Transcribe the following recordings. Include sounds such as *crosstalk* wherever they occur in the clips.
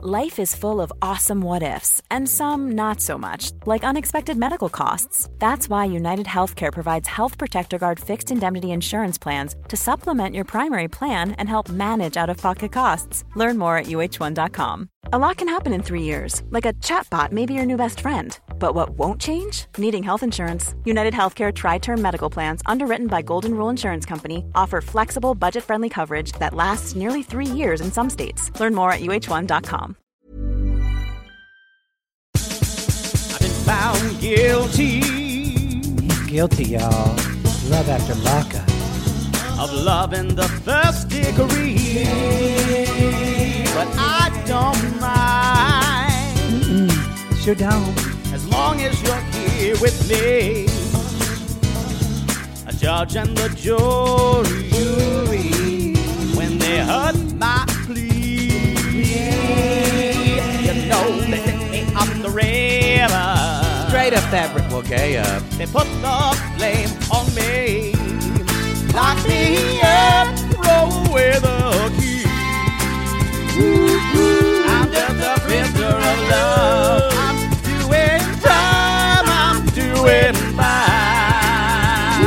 Life is full of awesome what ifs, and some not so much, like unexpected medical costs. That's why United Healthcare provides Health Protector Guard fixed indemnity insurance plans to supplement your primary plan and help manage out of pocket costs. Learn more at uh1.com. A lot can happen in three years, like a chatbot may be your new best friend. But what won't change? Needing health insurance. United Healthcare Tri Term Medical Plans, underwritten by Golden Rule Insurance Company, offer flexible, budget friendly coverage that lasts nearly three years in some states. Learn more at uh1.com. I've been found guilty Guilty, y'all. Love after lockup. of loving the first degree, but I don't mind Sure don't. as long as you're here with me. A judge and the jury, when they heard my plea, you know they sent me up the river. Straight up fabric. Well, gay up. They put the blame on me. Lock me up, throw away the key. I'm just a prisoner of love. I'm doing time, I'm doing fine.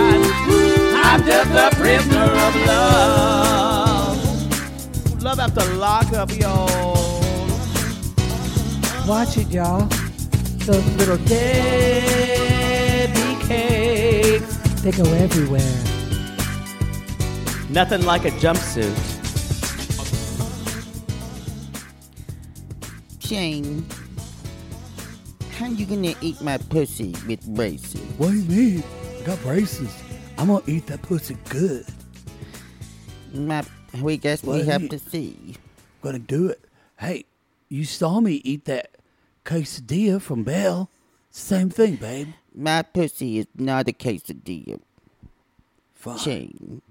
I'm just a prisoner of love. Love after lock up, y'all. Watch it, y'all. Those little Debbie cakes. They go everywhere. Nothing like a jumpsuit. Shane, how you gonna eat my pussy with braces? What do you mean? I got braces. I'm gonna eat that pussy good. My, we guess we Well, have you- to see. gonna do it. Hey, you saw me eat that quesadilla from Bell. Same thing, babe. My pussy is not a quesadilla, Fine. Shane.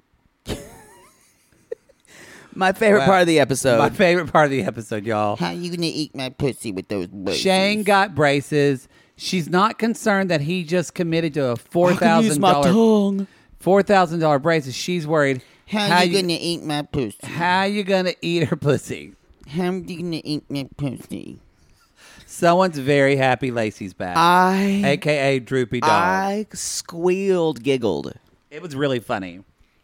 My favorite Wow. part of the episode. My favorite part of the episode, y'all. How you gonna eat my pussy with those braces? Shane got braces. She's not concerned that he just committed to a four thousand dollar tongue. four thousand dollar braces. She's worried. How, you, gonna eat my pussy? how you gonna eat her *laughs* pussy? How you gonna eat my pussy? Someone's very happy. Lacey's back, I aka Droopy Dog. I squealed, giggled. It was really funny.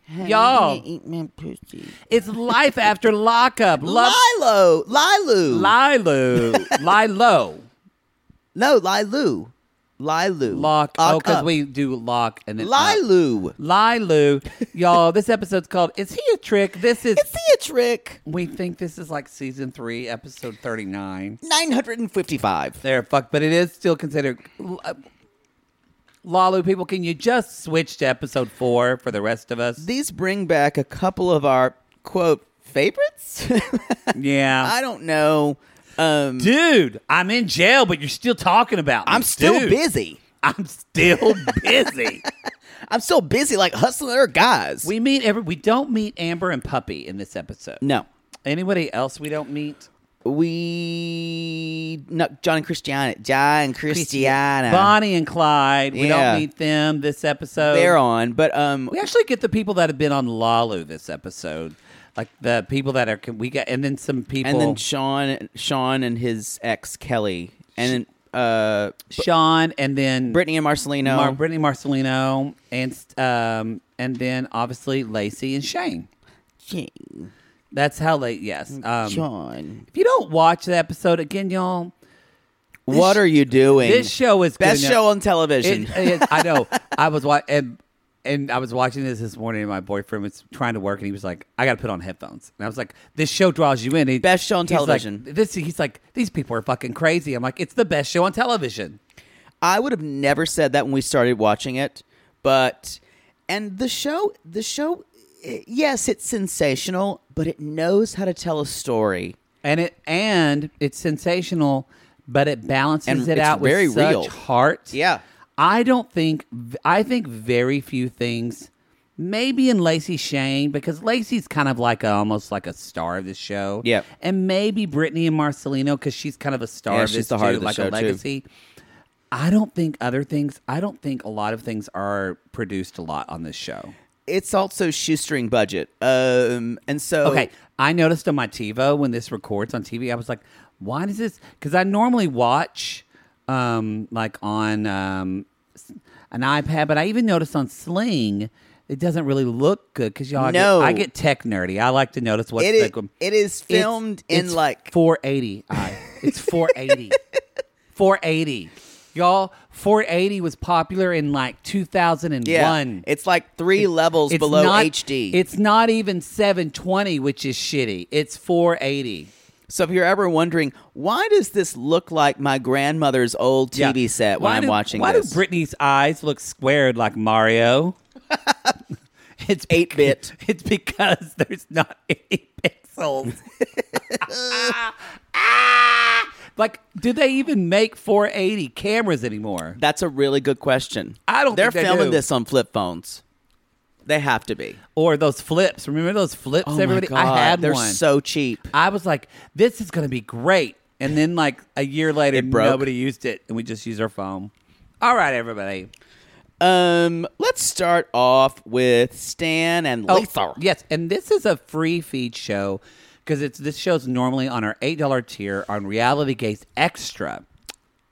How Y'all. you gonna eat my pussy? It's life after lockup. Love Lilo, Lilu, Lilo, Lilo, no, Lilu, Lilu, lock. Oh, because up. we do lock and then up. Lilu. Lilu, y'all. This episode's called "Is He a Trick?" This is. Is he a trick? we think this is like season three, episode thirty-nine. Nine hundred and fifty-five. There, fuck, but it is still considered. L- uh, Lalu, people, can you just switch to episode four for the rest of us? These bring back a couple of our quote favorites. *laughs* yeah, I don't know. Um, dude, I'm in jail, but you're still talking about. me. I'm still Dude, busy. *laughs* I'm still busy. I'm still busy, like hustling other guys. we meet every. We don't meet Amber and Puppy in this episode. no, Anybody else we don't meet? we no John and Christiana, John and Christiana. Bonnie and Clyde. We Yeah. don't meet them this episode. They're on, but um, We actually get the people that have been on Lalu this episode, like the people that are. We got and then some people. and then Sean, Sean and his ex Kelly, and then uh, Sean, and then Brittany and Marcelino. Mar- Brittany Marcelino, and um, and then obviously Lacey and Shane. Shane, That's how late. Yes. Mm, Um, Sean, if you don't watch the episode again, y'all, what are you doing? this show is best good enough- show on television. It- it- *laughs* I know. I was watching, and, and I was watching this this morning. And my boyfriend was trying to work, and he was like, "I got to put on headphones." And I was like, "This show draws you in." He- Best show on he's like, television. this. He's like, "These people are fucking crazy." I'm like, "It's the best show on television." I would have never said that when we started watching it, but and the show, the show, i- yes, it's sensational, but it knows how to tell a story. and it and it's sensational, but it balances And it it's out very with such real. heart. Yeah. I don't think I think very few things. Maybe in Lacey Shane because Lacey's kind of like a, almost like a star of this show. Yep. and maybe Brittany and Marcelino because she's kind of a star Yeah, of she's this the heart too, of the like show, a too. legacy. I don't think other things. I don't think a lot of things are produced a lot on this show. It's also shoestring budget, um, and so Okay, I noticed on my TiVo when this records on TV, I was like, why does this? Because I normally watch, um, like on um, s- an iPad, but I even noticed on Sling, it doesn't really look good because y'all. I get- No. I get, tech nerdy. I like to notice what's It is, like, um, it is it's- filmed in it's like 480. I, it's *laughs* 480. 480. Y'all, 480 was popular in like 2001. yeah, it's like three levels It's below not- HD. It's not even 720, which is shitty. It's 480. so if you're ever wondering why does this look like my grandmother's old Yeah. TV set when Why I'm do- watching why this, do Britney's eyes look squared like Mario? *laughs* it's Eight bec- bit. *laughs* It's because there's not *laughs* any *laughs* pixels. *laughs* Ah! like, do they even make 480 cameras anymore? That's a really good question. I don't They're think they filming do. this on flip phones. They have to be. Or those flips? Remember those flips? everybody, I had Oh They're one. so cheap. I was like, this is going to be great. And then, like, a year later, It broke. nobody used it, and we just used our phone. All right, everybody. Um, let's start off with Stan and Oh, Lisa. Yes, and this is a free feed show because it's this show's normally on our eight dollar tier on Reality Gates Extra.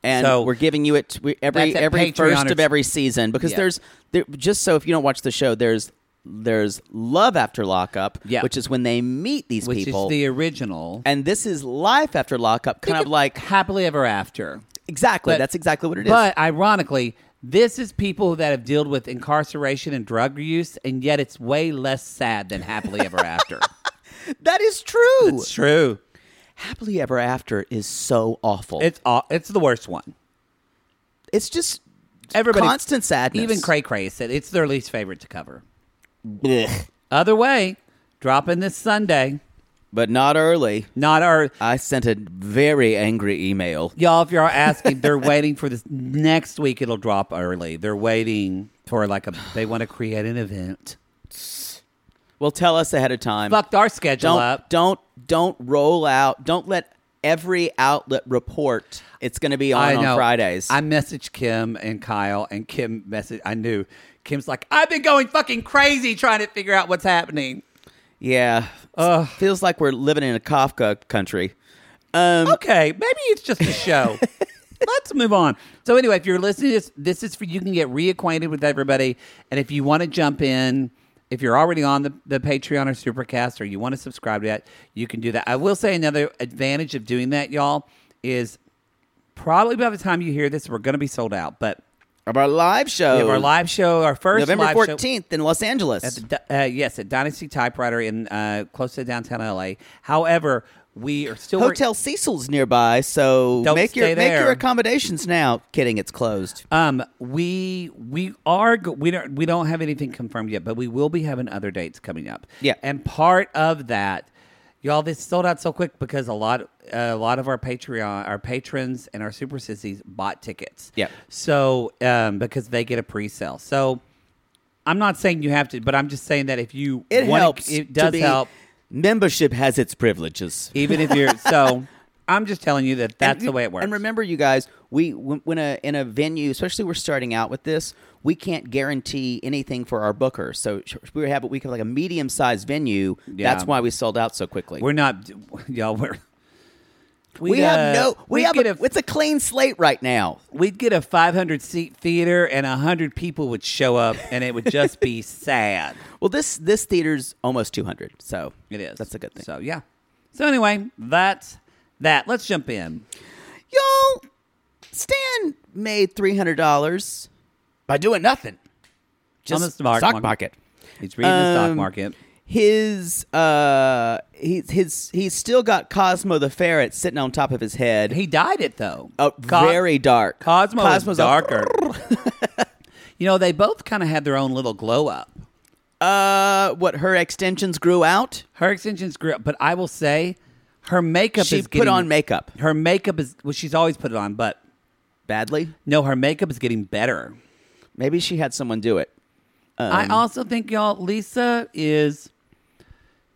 and So- we're giving you it we, every That's at every Patreon first or- of every season because Yeah. there's there, just so if you don't watch the show there's there's love after lockup Yeah. which is when they meet these Which people is the original, and this is life after lockup kind *laughs* of like happily ever after. exactly But- that's exactly what it is But ironically, this is people that have dealt with incarceration and drug use, and yet it's way less sad than happily ever *laughs* after. that is true It's true. happily ever after is so awful It's aw- it's the worst one. it's just Everybody constant sadness Even Cray Cray said it's their least favorite to cover. Blech. Other way, dropping this Sunday. but not early Not our I sent a very angry email Y'all, if y'all are asking, *laughs* they're waiting for this next week. It'll drop early. They're waiting for like a. They want to create an event. well tell us ahead of time Fucked our schedule don't up. don't don't roll out. Don't let every outlet report it's going to be on I know. on Fridays. I messaged Kim and Kyle, and Kim messaged. I knew Kim's like, I've been going fucking crazy trying to figure out what's happening. yeah, feels like we're living in a Kafka country. Um, Okay, maybe it's just a show. Let's move on. So anyway, if you're listening to this, this is for you can get reacquainted with everybody. And if you want to jump in, if you're already on the, the Patreon or Supercast or you want to subscribe to that, you can do that. I will say another advantage of doing that, y'all, is probably by the time you hear this, we're gonna be sold out. But of our live show, we have our live show, our first Oh. November live show- fourteenth in Los Angeles. at the, uh, yes, at Dynasty Typewriter in uh, close to downtown LA. However, we are still Hotel Cecil's nearby, so Don't make your stay make your there. accommodations now. Kidding, it's closed. Um, we we are go- we don't we don't have anything confirmed yet, but we will be having other dates coming up. Yeah. and part of that, y'all, this sold out so quick because a lot a lot of our Patreon, our patrons, and our super sissies bought tickets. Yeah. so um, because they get a pre sale. So I'm not saying you have to, but I'm just saying that if you It wanna- helps. it to does be- help, Membership has its privileges. even if you're *laughs* so. I'm just telling you that that's And you- the way it works. And remember, you guys, we when, when a in a venue, especially we're starting out with this, we can't guarantee anything for our booker. So sh- we have we have like a medium sized venue. That's why we sold out so quickly. we're not, *laughs* y'all. We're we have uh, no we, have get a, it's a clean slate right now. we'd get a 500 seat theater and 100 people would show up and it would *laughs* just be sad Well, this this theater's almost two hundred, so it is That's a good thing. so yeah so anyway that's that let's jump in Y'all, Stan made three hundred dollars by doing nothing. Just the stock stock market. market. he's reading the stock Um, market his uh he's his he's still got Cosmo the ferret sitting on top of his head. he dyed it though Uh, Co- very dark. cosmo Cosmo's Cosmo's a- *laughs* darker you know they both kind of had their own little glow up Uh, what her extensions grew out. her extensions grew up but i will say her makeup She is put getting- on makeup her makeup is well she's always put it on but badly. no her makeup is getting better Maybe she had someone do it. I also think y'all Lisa is,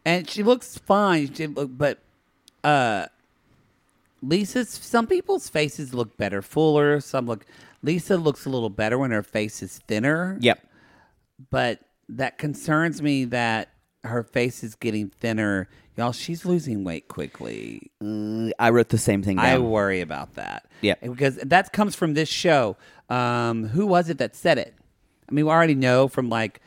and she looks fine, she, look- but uh, Lisa's some people's faces look better, fuller. Some look Lisa looks a little better when her face is thinner. Yep. but that concerns me that her face is getting thinner. Y'all, she's losing weight quickly. I wrote the same thing down. I worry about that. Yeah. Because that comes from this show. Um, who was it that said it? I mean, we already know from like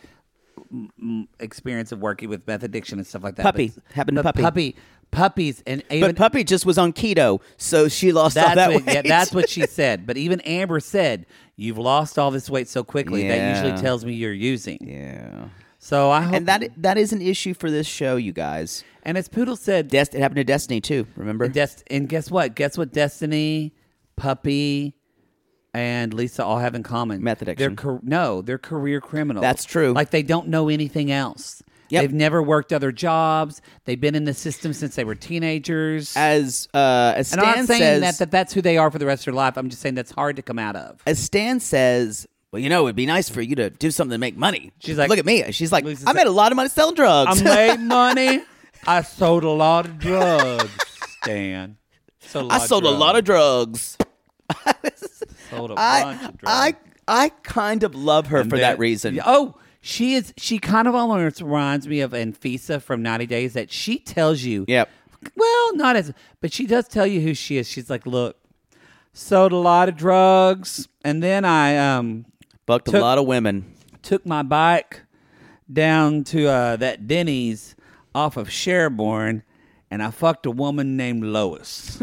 m- m- experience of working with meth addiction and stuff like that. Puppy. but- Happened to but Puppy. Puppy. Puppies and even but Puppy just was on keto, so she lost all that's that what, yeah, weight. that's what she said. But even Amber said, "You've lost all this weight so quickly that Yeah. usually tells me you're using." *laughs* yeah. So I hope And that that is an issue for this show, you guys. and as Poodle said, Dest- it happened to Destiny too. Remember? And, Dest- and guess what? Guess what? Destiny, Puppy, and Lisa all have in common Meth addiction. They're car- no, they're career criminals. That's true. Like they don't know anything else. Yep. They've never worked other jobs. They've been in the system since they were teenagers. as uh, as Stan and I'm not saying says, that, that that's who they are for the rest of their life. I'm just saying that's hard to come *laughs* out of. as Stan says, well, you know, it'd be nice for you to do something to make money. She's like- look at me. She's like, Lisa's I made like- a lot of money selling drugs. I made money. I sold a lot of drugs, Stan. Sold *laughs* a I lot sold a lot of drugs. Sold a bunch I of drugs. I I kind of love her for that That- reason. Oh, she is. She kind of almost reminds me of Anfisa from 90 Days that she tells you. Yep. Well, not as, but she does tell you who she is. She's like, look, sold a lot of drugs, and then I um Bucked a Took- lot of women. took my bike down to uh, that Denny's off of Sherborne, and I fucked a woman *laughs* named Lois,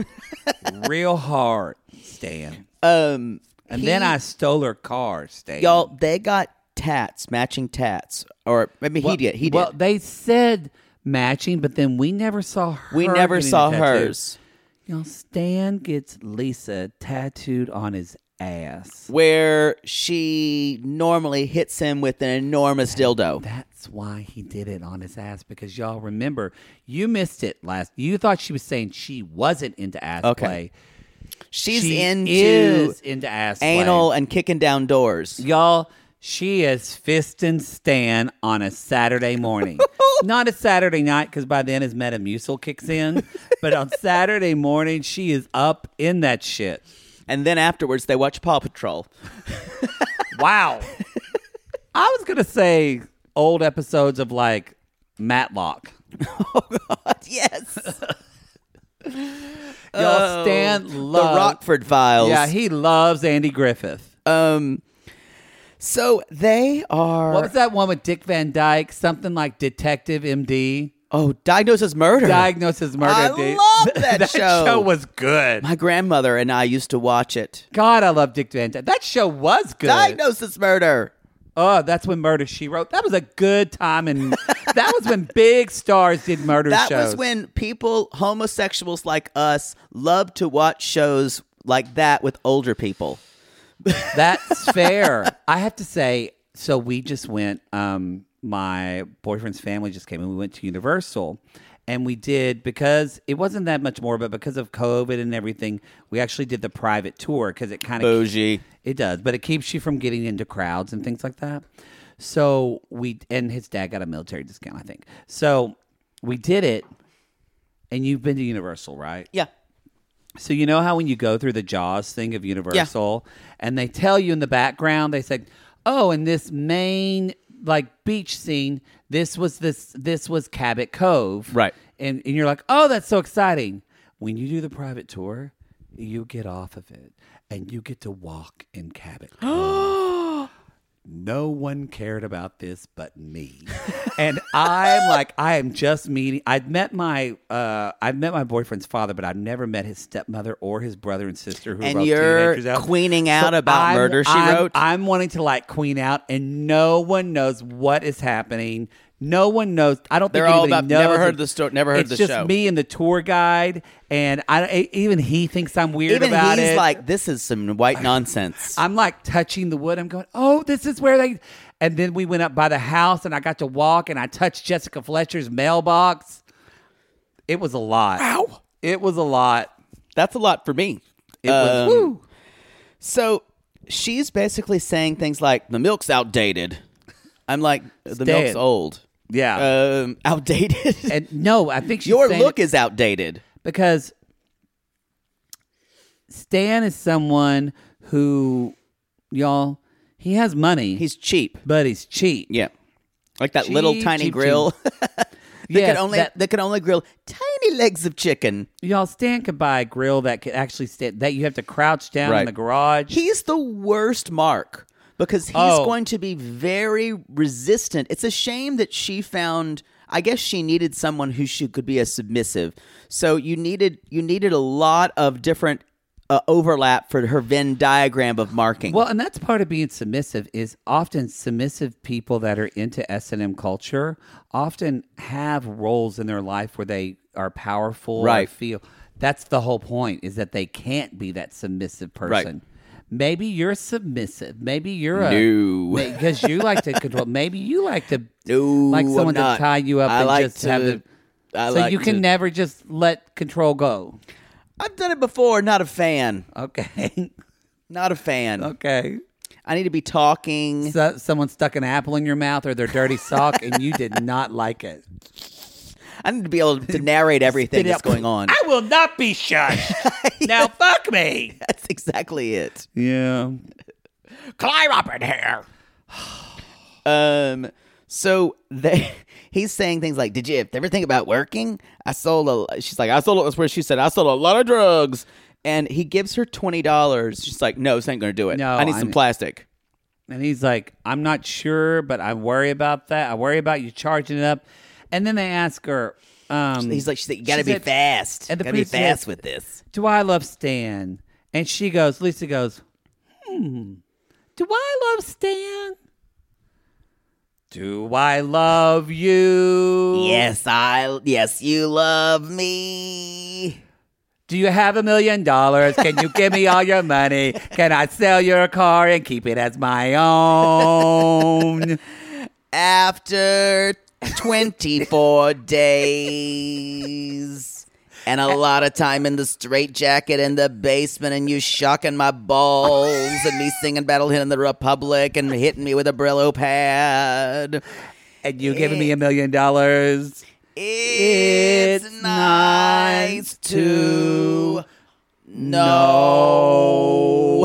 real hard, Stan. Um, And he- then I stole her car, Stan. y'all they got tats, matching tats, or I mean, he did. He did. Well, they said matching, but then we never saw her. we never getting a saw tattoo. hers. You know, Stan gets Lisa tattooed on his ass. Where she normally hits him with an enormous dildo. That's why he did it on his ass because y'all remember you missed it last. You thought she was saying she wasn't into ass Okay. play. She's she into is into ass anal play. and kicking down doors. Y'all, she is fisting Stan on a Saturday *laughs* morning. Not a Saturday night, because by then his Metamucil kicks in. but on Saturday morning, she is up in that shit. And then afterwards, they watch Paw Patrol. *laughs* *laughs* Wow. I was going to say old episodes of like Matlock. yes. Y'all, Stan Oh, the loves. Rockford Files. Yeah, he loves Andy Griffith. um, so they are. what was that one with Dick Van Dyke? Something like *laughs* Detective MD. Oh, Diagnosed as Murder. Diagnosed as murder. I dude. *laughs* love that show. show was good. My grandmother and I used to watch it. God, I love Dick Van Dyke. That show was good. Diagnosed as Murder. Oh, that's when Murder She Wrote. That was a good time, *laughs* and that was when big stars did murder That shows. was when people, homosexuals like us, loved to watch shows like that with older people. That's fair. I have to say, so we just went, um, my boyfriend's family just came and we went to Universal and we did because it wasn't that much more, but because of COVID and everything, we actually did the private tour because it kind of Bougie. It does, but it keeps you from getting into crowds and things like that. So we and his dad got a military discount, I think. So we did it, and you've been to Universal, right? Yeah. So you know how when you go through the Jaws thing of Universal, and they tell you in the background, they say, "Oh, in this main like beach scene, this was this this was Cabot Cove, Right. And and you're like, "Oh, that's so exciting!" When you do the private tour, you get off of it and you get to walk in Cabot Cove. No one cared about this but me, and I'm like, I am just meeting. I'd met my, uh, I've met my boyfriend's father, but I've never met his stepmother or his brother and sister who And wrote you're Teenagers Out. queening out about Murder, She I'm- Wrote? I'm wanting to like queen out, and no one knows what is happening. No one knows. I don't. They're think all anybody about- never knows. heard the sto- never heard it's the just show. Me and the tour guide, and I I- even he thinks I'm weird Even about he's it. like, this is some white nonsense. *sighs* I'm like touching the wood. I'm going, oh, this is where they. And then we went up by the house, and I got to walk, and I touched Jessica Fletcher's mailbox. It was a lot. Wow. It was a lot. That's a lot for me. It Um, was. Woo. So she's basically saying things like, the milk's outdated. I'm like, the Stan. milk's old. Yeah. Um, *laughs* outdated. and no, I think she's Your saying look it is outdated. because Stan is someone who, y'all, he has money, He's cheap. but he's cheap. Yeah. Like *laughs* that little Cheap, tiny cheap, grill. They Yes, could only that- they could only grill tiny legs of chicken. Y'all, Stan could buy a grill that could actually stand that you have to crouch down in Right. the garage. He's the worst mark because he's Oh. going to be very resistant. It's a shame that she found I guess she needed someone who she could be a submissive. So you needed you needed a lot of different uh, overlap for her Venn diagram of marking. Well, and that's part of being submissive is often submissive people that are into S and M culture often have roles in their life where they are powerful. or Right. feel that's the whole point is that they can't be that submissive person. Maybe you're submissive. Maybe you're a No. because you like to control. Maybe you like to *laughs* No, like I'm someone not. to tie you up I and like just have to- the. I so like you can to- never just let control go. I've done it before, not a fan. Okay. *laughs* Not a fan. okay. I need to be talking. so, someone stuck an apple in your mouth or their dirty sock and you did not like it. I need to be able *laughs* to narrate everything Spit that's out- going on. *laughs* I will not be *laughs* shushed. now fuck me. *laughs* That's exactly it. Yeah. Climb up in here. Um, so *laughs* they, he's saying things like, "Did you ever think about working?" I sold a. She's like, "I sold." That's where she said, "I sold a lot of drugs." And he gives her twenty dollars. She's like, "No, this ain't gonna do it. No, I need I some need- plastic." And he's like, I'm not sure, but I worry about that. I worry about you charging it up. And then they ask her, um, He's like, "She's like, you gotta she be said- fast. and the gotta be priest said- fast with this." Do I love Stan? And she goes, Lisa goes, Hmm. Do I love Stan? Do I love you? Yes, I. Yes, you love me. Do you have a million dollars? Can you give me all your money? Can I sell your car and keep it as my own? After twenty *laughs* four days. And a lot of time in the straitjacket in the basement, and you shocking my balls, and me singing Battle Hymn in the Republic, and hitting me with a Brillo pad. And you giving me a million dollars? It's, It's nice nice to know.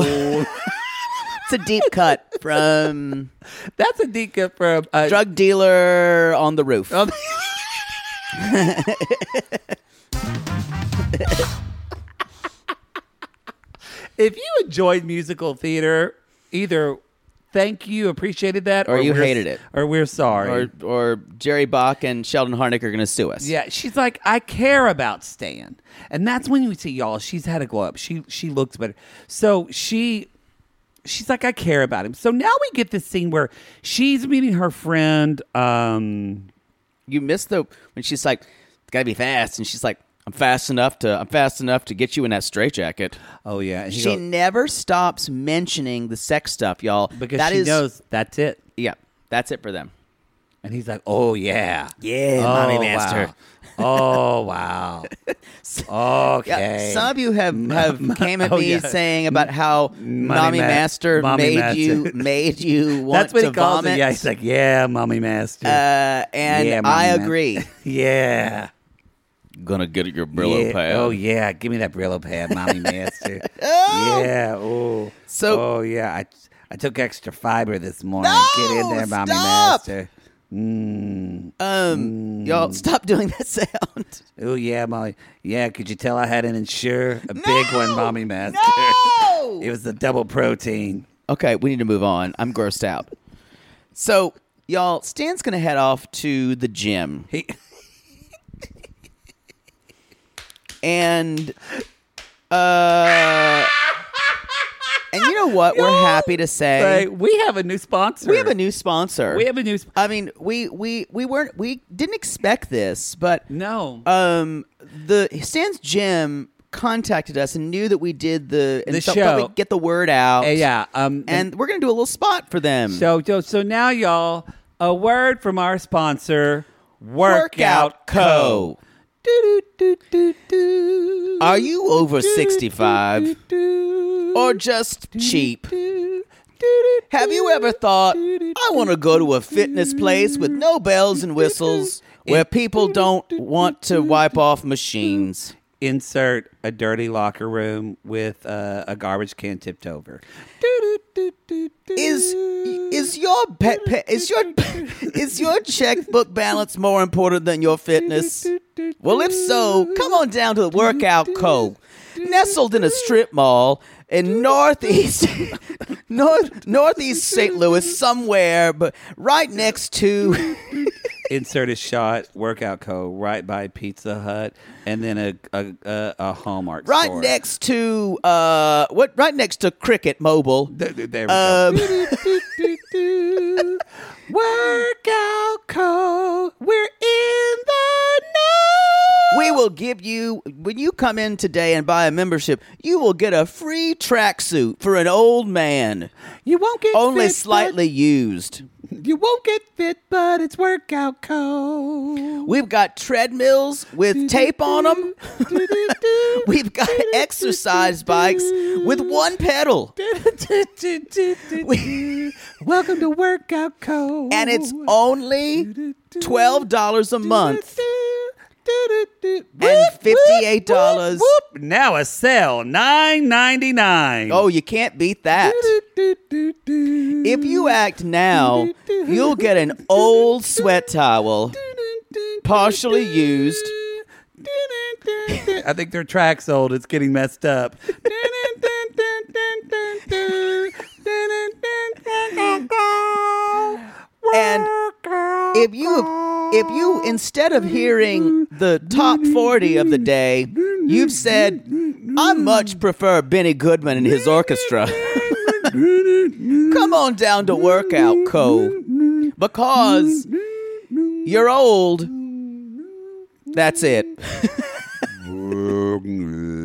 *laughs* No. It's a deep cut from That's a deep cut from a drug dealer on the roof. Oh. If you enjoyed musical theater, either thank you, appreciated that, Or you we're- hated it. or we're sorry. Or, or Jerry Bach and Sheldon Harnick are going to sue us. yeah, she's like, I care about Stan, and that's when you see y'all. She's had a glow up. She she looks better. So she she's like, I care about him. So now we get this scene where she's meeting her friend. Um, you missed the when she's like, "Gotta be fast," and she's like, "I'm fast enough to I'm fast enough to get you in that straitjacket." oh yeah, and he She goes- never stops mentioning the sex stuff, y'all. because That she is- knows that's it. Yeah, that's it for them. And he's like, Oh yeah, Yeah, oh, mommy master. wow. oh wow. *laughs* Yeah, Okay. some of you have, *laughs* have came at oh, me yeah. saying about how mommy ma- master mommy made master. you made you want *laughs* That's what to he calls vomit. it. Yeah, he's like, yeah, mommy master. uh, and Yeah, mommy I master. agree. yeah. *laughs* Gonna get your yeah. Oh yeah, give me that Brillo pad, *laughs* mommy master. yeah. Oh. So- Oh yeah. I I took extra fiber this morning. Get in there, mommy stop! master. Um, y'all stop doing that *laughs* sound. Oh yeah, mommy. Yeah. Could you tell I had an insure a big one, mommy master? No! *laughs* it was the double protein. Okay, we need to move on. I'm grossed out. So, y'all, Stan's gonna head off to the gym. He- and uh and you know what? *laughs* We're happy to say Like, we have a new sponsor. we have a new sponsor. We have a new. Sp- I mean, we we we weren't we didn't expect this, but no. um the Stan's gym contacted us and knew that we did the and The felt- felt show. we'd get the word out. Uh, yeah. Um. And we're going to do a little spot for them. So, so, so now, y'all, a word from our sponsor, Workout Workout Co. Co. Are you over 65 or just cheap? Have you ever thought, I want to go to a fitness place with no bells and whistles where people don't want to wipe off machines? Insert a dirty locker room with uh, a garbage can tipped over. is is your pet pe- is your is your checkbook balance more important than your fitness? Well, if so, come on down to the Workout Co. Nestled in a strip mall in northeast *laughs* north northeast St. Louis, somewhere, but right next to Insert a shot workout co right by Pizza Hut, and then a a, a, a Hallmark right store. next to uh what right next to Cricket Mobile. There, there we Um, go. workout co. We're in the know. We will give you when you come in today and buy a membership, you will get a free tracksuit for an old man, You won't get only fit, slightly used. But, you won't get fit, but it's workout co. We've got treadmills with tape on *laughs* them. *laughs* We've got exercise bikes with one pedal, *laughs* Welcome to workout co. and it's only twelve dollars a month. And $58. Now a sale, nine ninety nine. Oh, you can't beat that. If you act now, you'll get an old sweat towel, partially used. I think their track's old. It's getting messed up. And if you if you instead of hearing the top 40 of the day, you've said I much prefer Benny Goodman and his orchestra. *laughs* Come on down to workout co because you're old. That's it. *laughs*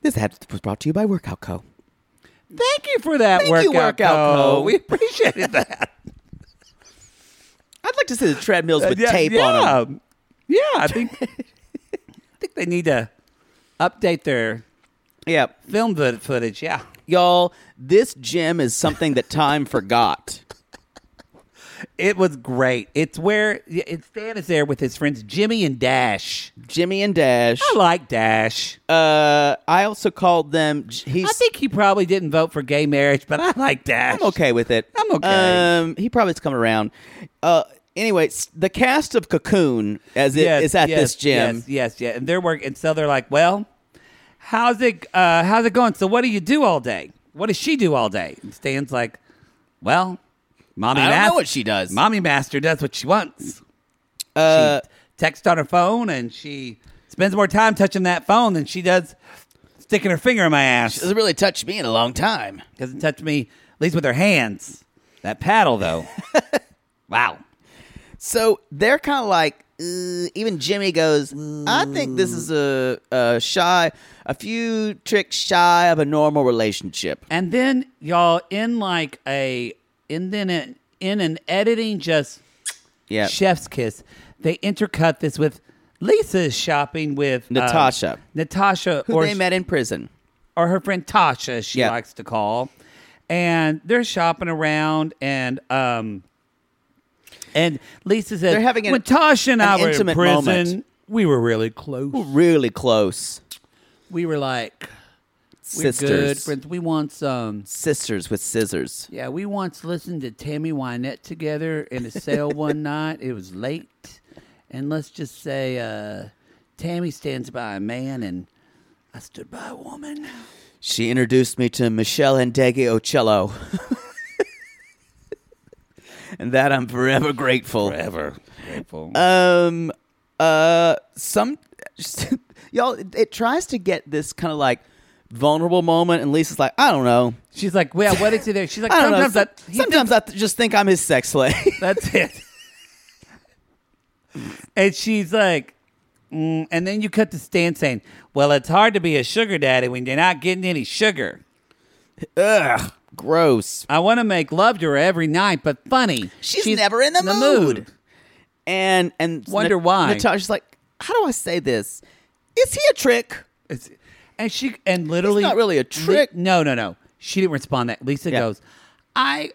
This ad was brought to you by Workout Co. Thank you for that Thank workout, you, Workout Co. Co. We appreciated that. I'd like to see the treadmills with yeah, tape yeah. on them. Yeah, I *laughs* think I think they need to update their Yeah. film foot- footage. Yeah, Y'all, this gym is something that time forgot. it was great. It's where yeah, it's Dan is there with his friends Jimmy and Dash. Jimmy and Dash. I like Dash. Uh, I also called them. J- He's, I think he probably didn't vote for gay marriage, but I like Dash. I'm okay with it. I'm okay. Um, he probably's come around. Uh, anyway, s- the cast of Cocoon as it is Yes, at yes, this gym. Yes, yes, yeah. And they're working. And so they're like, well, how's it? Uh, how's it going? So what do you do all day? What does she do all day? And Stan's like, well, mommy. I don't know Mas- what she does. Mommy Master does what she wants. Uh, she texts on her phone, and she spends more time touching that phone than she does sticking her finger in my ass. doesn't really touch me in a long time. Doesn't touch me, at least with her hands. That *laughs* paddle, though. wow. So they're kind of like, uh, even Jimmy goes, I think this is a, a shy, a few tricks shy of a normal relationship. And then y'all in like a and then in, in an editing just Yeah. chef's kiss. They intercut this with Lisa's shopping with um, Natasha. Natasha Who or they met in prison. or her friend Tasha, as she Yeah. likes to call. And they're shopping around and um and Lisa said They're having an- when Tasha and an I were in intimate prison, moment." we were really close. Really close. We were like we're good Sisters. friends. We want some Sisters with scissors. Yeah, we once listened to Tammy Wynette together in *laughs* a cell one night. It was late. And let's just say uh, Tammy stands by a man and I stood by a woman. She introduced me to Michelle Handege Ocello. *laughs* and that I'm forever grateful. Forever. Grateful. Um uh some y'all it, it tries to get this kind of like vulnerable moment and Lisa's like, I don't know. She's like, well, what is it there? She's like, I don't sometimes know. that, Some- sometimes I th- just think I'm his sex slave. that's it. and she's like, mm, and then you cut to Stan saying, well, it's hard to be a sugar daddy when you're not getting any sugar. Ugh, gross. I want to make love to her every night, but funny. She's never in the mood. And and Wonder why. Natasha's like, how do I say this? Is he a trick? It's, and she and literally not really a Li- trick. no, no, no. She didn't respond. That Lisa Yeah. goes, *laughs* I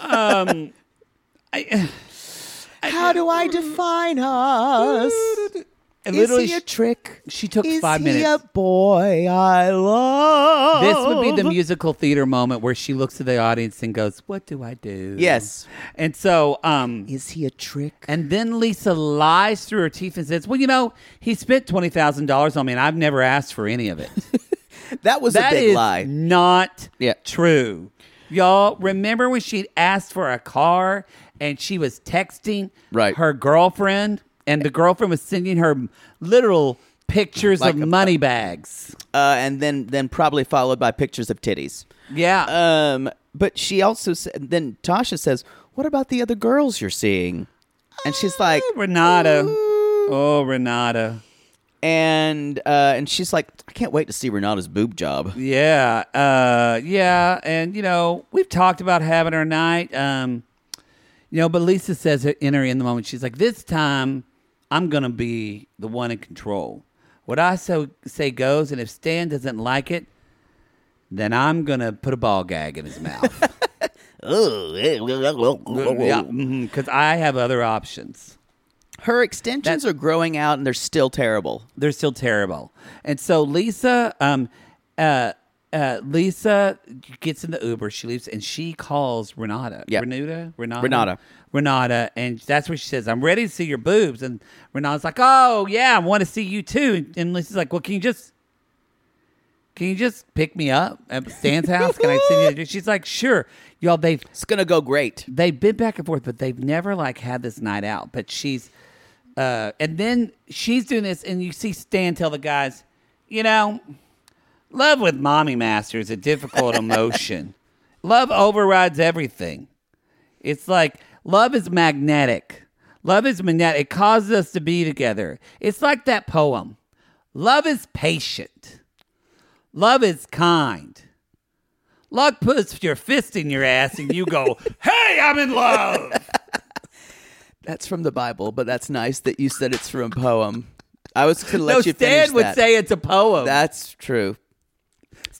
um, How do I define us? And literally, Is he a sh- trick? she took Is five he minutes. a boy I love? This would be Oh. the musical theater moment where she looks to the audience and goes, "What do I do?" Yes. And so, um, Is he a trick? and then Lisa lies through her teeth and says, "Well, you know, he spent twenty thousand dollars on me, and I've never asked for *laughs* any of it." That was That a is big lie. not Yeah. true. Y'all remember when she asked for a car and she was texting Right. her girlfriend, and the girlfriend was sending her literal pictures Like of a- money bags. Uh, and then then probably followed by pictures of titties. Yeah. Um, but she also said, then Tasha says, "What about the other girls you're seeing?" And she's like, Renata. Oh, Renata. and uh, and she's like, "I can't wait to see Renata's boob job." Yeah. Uh, yeah. And, you know, we've talked about having her night. Um, you know, but Lisa says it in her in the moment. She's like, this time I'm going to be the one in control. What I so, say goes. And if Stan doesn't like it, then I'm going to put a ball gag in his mouth. Mm, yeah. Because I have other options. Her extensions are growing out, and they're still terrible. they're still terrible. And so Lisa, um, uh, uh, Lisa gets in the Uber. She leaves and she calls Renata. Yeah. Renata. Renata. Renata. Renata. And that's where she says, "I'm ready to see your boobs." And Renata's like, "Oh yeah, I want to see you too." And Lisa's like, "Well, can you just?" Can you just pick me up at Stan's house? Can I send *laughs* you? She's like, sure. Y'all, they've It's gonna go great. they've been back and forth, but they've never like had this night out. But she's, uh, and then she's doing this, and you see Stan tell the guys, you know, love with mommy master is a difficult emotion. love overrides everything. It's like love is magnetic. Love is magnetic. It causes us to be together. It's like that poem. Love is patient. Love is kind. Love puts your fist in your ass and you go, *laughs* "Hey, I'm in love." That's from the Bible, but that's nice that you said it's from a poem. I was gonna *laughs* let no, you finish Stan would that. say it's a poem. that's true.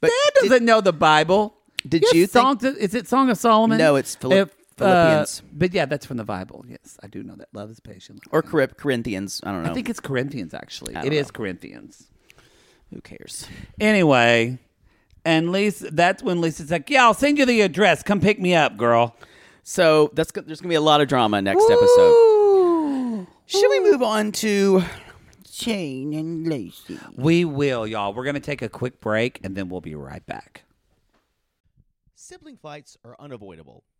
But Stan doesn't know the Bible. Did Yes, you think- Song to- is it Song of Solomon? No, it's Philipp- uh, Philippians. but yeah, that's from the Bible. Yes, I do know that. Love is patient. or Cor- Corinthians. I don't know. I think it's Corinthians. Actually, I it don't is know. Corinthians. Who cares? Anyway, and Lisa. That's when Lisa's like, "Yeah, I'll send you the address. Come pick me up, girl." So that's go- there's gonna be a lot of drama next episode. Should we move on to? Jane and Lucy. We will, y'all. We're gonna take a quick break, and then we'll be right back. Sibling fights are unavoidable,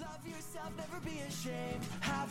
Love yourself, never be ashamed. Have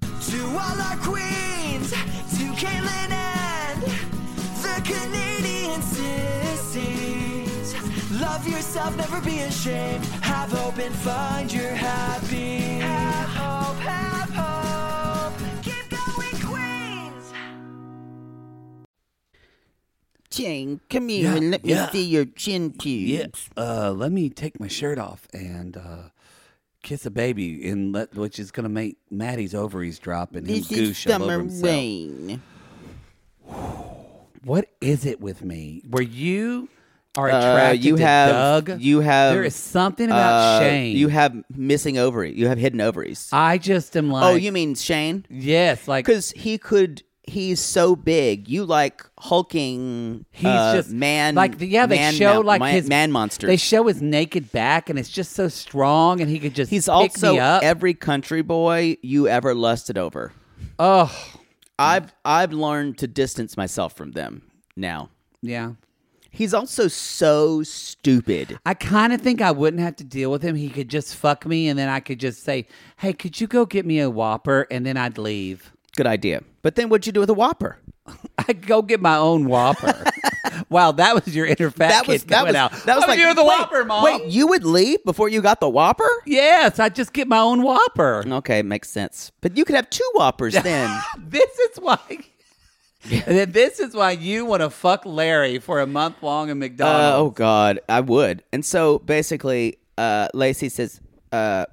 To all our queens, to Caitlin and the Canadian sissies. Love yourself, never be ashamed. Have hope and find your happy. Have hope, have hope. Keep going, Queens. Jane, come here and let me yeah. see your chin pubes. Yes. Uh, let me take my shirt off and uh, kiss a baby, and let, which is gonna make Maddie's ovaries drop and This him is goosh all over summer himself. rain. What is it with me? Were you are Uh, attracted you to have Doug. you have there is something about uh, Shane. You have missing ovary. You have hidden ovaries. I just am like, oh, you mean Shane? yes, like Because he could. He's so big. You like hulking. he's uh, just man. Like the- yeah, they man show mou- like man, his man monster. They show his naked back, and it's just so strong, and he could just he's pick also me up. every country boy you ever lusted over. oh I've I've learned to distance myself from them now. yeah. He's also so stupid. I kind of think I wouldn't have to deal with him. He could just fuck me, and then I could just say, "Hey, could you go get me a Whopper?" And then I'd leave. *laughs* Good idea. But then what'd you do with a Whopper? I'd go get my own *laughs* Whopper. wow, that was your inner fat That was kid that coming was out. that was What would like you do with the wait, Whopper, mom. Wait, you would leave before you got the Whopper? Yes, I just get my own Whopper. Okay, makes sense. But you could have two *laughs* Whoppers *laughs* then. *laughs* This is why. *laughs* And then this is why you want to fuck Larry for a month long in Uh, oh McDonald's. God, I would. And so basically, uh, Lacey says uh,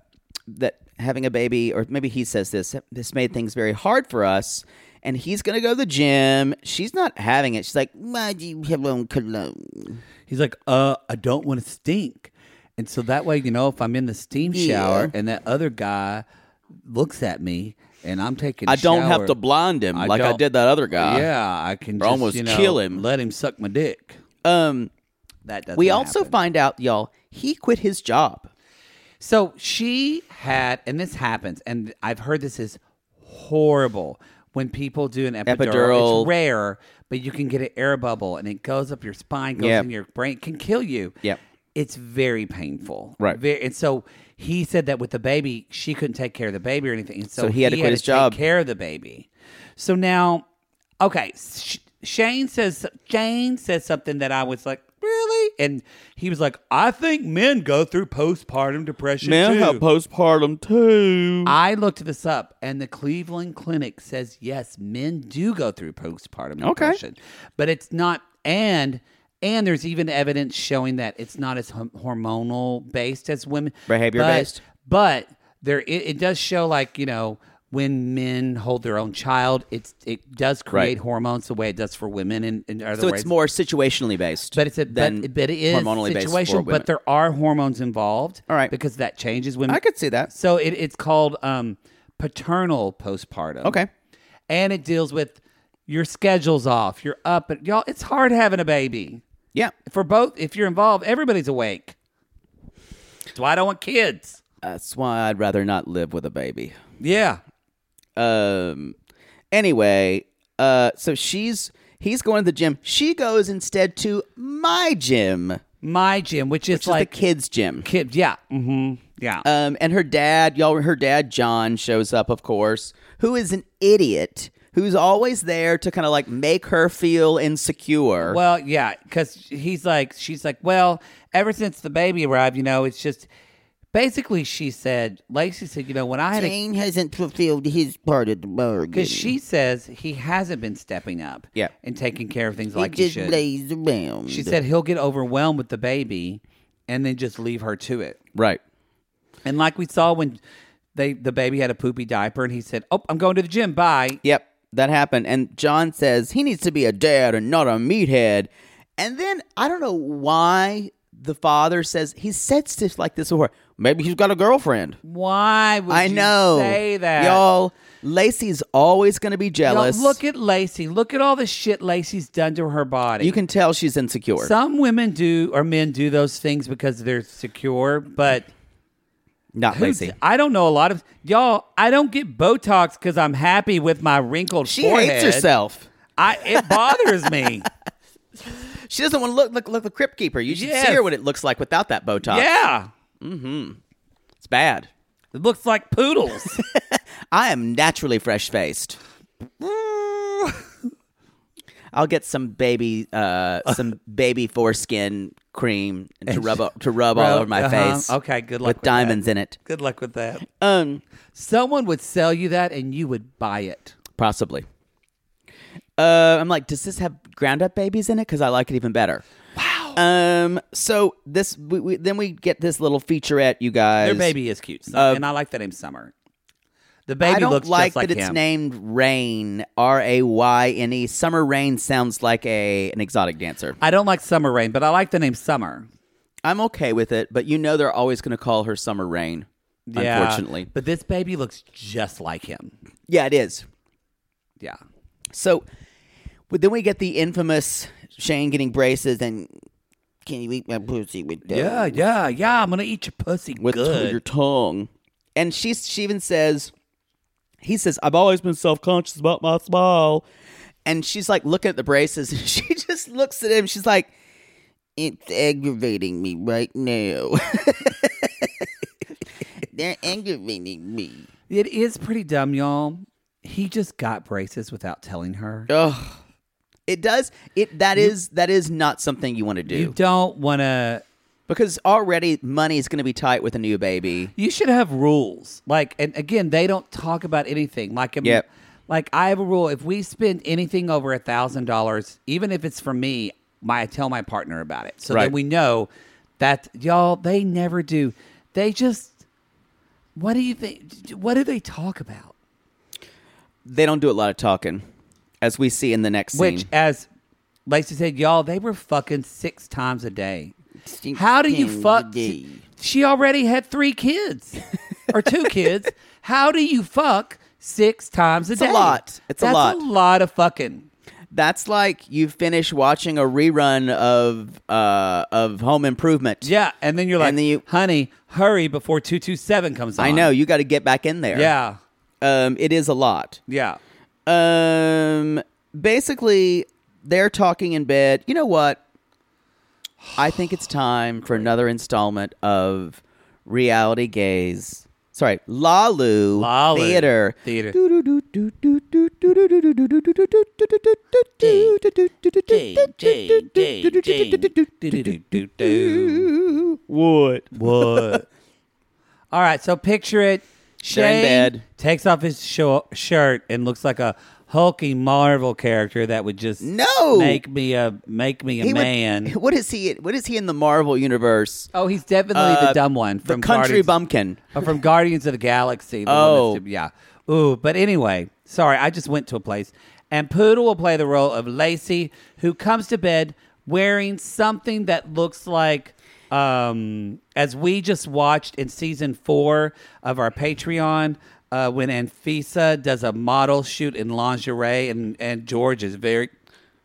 that having a baby, or maybe he says this, this made things very hard for us. And he's gonna go to the gym. She's not having it. She's like, "Why do you have uh, on cologne?" He's like, uh, I don't want to stink. And so that way, you know, if I'm in the steam shower and that other guy looks at me and I'm taking a I don't have shower, to blind him I like I don't- did that other guy. Yeah, I can Or just, almost you know, kill him. Let him suck my dick. Um, That doesn't we also happen. find out, y'all, he quit his job. So she had, and this happens, and I've heard this is horrible when people do an epidural. Epidural. It's rare, but you can get an air bubble and it goes up your spine, goes Yep. in your brain, can kill you. Yep. It's very painful. Right. Ve- and so he said that with the baby, she couldn't take care of the baby or anything. And so, So he had to quit his job. Take care of the baby. So now, okay, Sh- Shane says Shane says something that I was like, really? And he was like, I think men go through postpartum depression too. postpartum too. I looked this up, and the Cleveland Clinic says yes, men do go through postpartum Okay. depression, but it's not. And and there's even evidence showing that it's not as hom- hormonal based as women Behavior But- based? But there, it, it does show like you know when men hold their own child, it's it does Right. create hormones the way it does for women, and, and other So ways. it's more situationally based. But it's a than but, but it is hormonally based for situation. women. But there are hormones involved. All right. because that changes women. I could see that. So it, it's called um, paternal postpartum. Okay. And it deals with your schedule's off. You're up, and y'all, it's hard having a baby Yeah. for both. If you're involved, everybody's awake. That's why I don't want kids. That's why I'd rather not live with a baby. Yeah. Um. Anyway, uh, so she's he's going to the gym. She goes instead to my gym, which My gym, which is is like the kids' gym. kid. Yeah. Mm-hmm. Yeah. Um, and her dad, y'all, her dad John shows up, of course, who is an idiot who's always there to kind of like make her feel insecure. Well, yeah, because he's like, she's like, well, ever since the baby arrived, you know, it's just basically she said, Lacey said, you know, when I had a Shane hasn't fulfilled his part of the bargain. because she says he hasn't been stepping up, Yeah. and taking care of things he like he just should. lays around. She said he'll get overwhelmed with the baby, and then just leave her to it. right. And like we saw when they the baby had a poopy diaper, and he said, "Oh, I'm going to the gym. Bye." Yep, that happened. And John says he needs to be a dad and not a meathead. And then I don't know why the father says he said stuff like this before. Maybe he's got a girlfriend. Why would I you know. say that, y'all. Lacey's always going to be Y'all, jealous. Look at Lacey. Look at all the shit Lacey's done to her body. you can tell she's insecure. Some women do or men do those things because they're secure, but not who Lacey. d- I don't know a lot of y'all. I don't get Botox because I'm happy with my wrinkled She forehead. hates herself. I it bothers *laughs* me. She doesn't want to look like look, the Crypt Keeper. You should Yes. see her what it looks like without that Botox. yeah, It's bad. it looks *laughs* like poodles. I am naturally fresh faced. I'll get some baby, uh, *laughs* some baby foreskin cream to rub o- to rub all Rub- over my uh-huh. face. Okay, good luck with, with that. diamonds in it. Good luck with that. Um, Someone would sell you that and you would buy it. possibly. Uh, I'm like, does this have ground up babies in it? Because I like it even better. Wow. Um. So this, we, we, then we get this little featurette, you guys. Their baby is cute, so- Uh, and I like the name Summer. The baby I don't looks like just like that it's him. named Rain, R A Y N E. Summer Rain sounds like a an exotic dancer. I don't like Summer Rain, but I like the name Summer. I'm okay with it, but you know they're always going to call her Summer Rain. Yeah. Unfortunately, But this baby looks just like him. yeah, it is. Yeah. So, but then we get the infamous Shane getting braces and Can you eat my pussy with that? Yeah, yeah, yeah. I'm going to eat your pussy with good. your tongue. And she she even says, he says, I've always been self conscious about my smile. And she's like looking at the braces, *laughs* and she just looks at him. She's like, It's aggravating me right *laughs* now. They're aggravating me. it is pretty dumb, y'all. He just got braces without telling her. "Ugh." It does it. That is that is not something you want to do You don't want to. because already money is going to be tight with a new baby. You should have rules. Like, and again, they don't talk about anything. Like, I'm- Yep. like I have a rule: if we spend anything over a thousand dollars, even if it's for me, my I tell my partner about it. So Right. then we know that y'all they never do. They just what do you think? What do they talk about? They don't do a lot of talking, as we see in the next Which, scene. as Lacey said, y'all they were fucking six times a day. Six eh, How do you times fuck? a day. She already had three kids *laughs* or two kids. How do you fuck six times a a day? lot. It's a That's lot. A lot of fucking. That's like you finish watching a rerun of uh of Home Improvement. Yeah, and then you're like, And then you- honey, hurry before two two seven comes on. I know you got to get back in there. Yeah, um, it is a lot. yeah. Um, basically, they're talking in bed. You know what? I think it's time for another installment of Reality Gaze. Sorry, Lalu, Lalu Theater. Theater. What? What? *laughs* All right, so picture it. They're in Shane bed. takes off his sho- shirt and looks like a hulky Marvel character that would just No! make me a make me a He would- *laughs* man. what is he? What is he in the Marvel universe? oh, he's definitely Uh, the dumb one from the country Guardians- bumpkin. or from Guardians of the Galaxy. The Oh. oh, yeah. Ooh, but anyway, sorry, I just went to a place. And Poodle will play the role of Lacey, who comes to bed wearing something that looks like, um, as we just watched in season four of our Patreon, uh, when Anfisa does a model shoot in lingerie, and, and George is very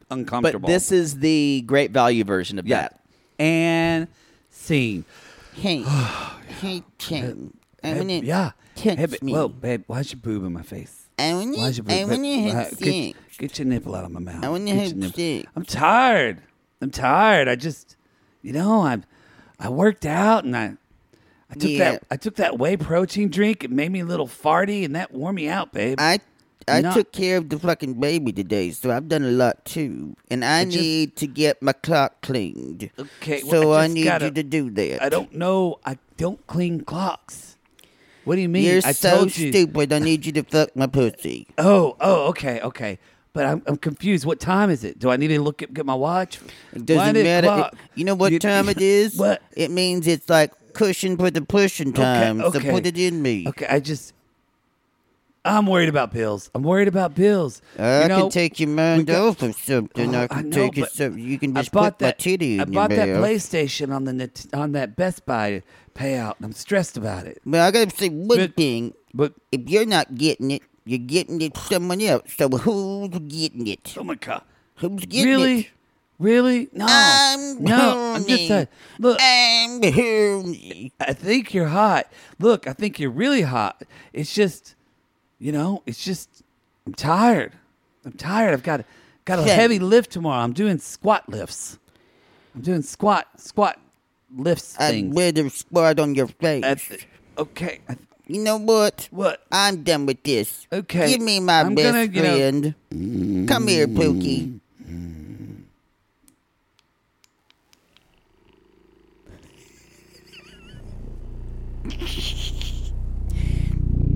But uncomfortable. this is the great value version of yeah. that. And scene. *sighs* Hey, hey, Tim. I Hey, want to yeah. touch Hey, ba- me. Whoa, babe, why's your boob in my face? I want Why's your boob? to. I babe, want to have uh, get, sex. get your nipple out of my mouth. I wanna Get your have nipple. sex. I'm tired. I'm tired. I just, you know, I'm, I worked out and I, I took Yeah. that, I took that whey protein drink. It made me a little farty, and that wore me out, babe. I I No. took care of the fucking baby today, so I've done a lot too, and I just- need to get my clock cleaned. Okay, well, so I I, just need gotta- you to do that. I don't know. I don't clean clocks. What do you mean? You're I so told you. stupid. I need you to fuck my pussy. Oh, oh, okay, okay. But I'm, I'm confused. What time is it? Do I need to look at get my watch? It doesn't Blinded matter. clock. It- you know what time it *laughs* is? What? It means it's like cushion for the pushing time. So put it in me. Okay, I just. I'm worried about bills. I'm worried about bills. I you know, can take your mind we got- off of something. Oh, I can know, take you but something. You can I just bought put my that- titty in I your bought that mouth. PlayStation on the net- on that Best Buy payout, and I'm stressed about it. But I gotta say one But- thing. But If you're not getting it, you're getting it someone else. So who's getting it? oh my god, Who's getting really, it? really, no, I'm no, I'm just horny. saying. Look, I'm horny. I think you're hot. Look, I think you're really hot. It's just, you know, it's just, I'm tired. I'm tired. I've got got a Okay. heavy lift tomorrow. I'm doing squat lifts. I'm doing squat squat lifts I'd things. rather squat on your face. I th- okay, I th- you know what? what? Uh, I'm done with this. Okay, Give me my I'm best gonna, Mm. you know- friend. Come here, Pookie. *laughs*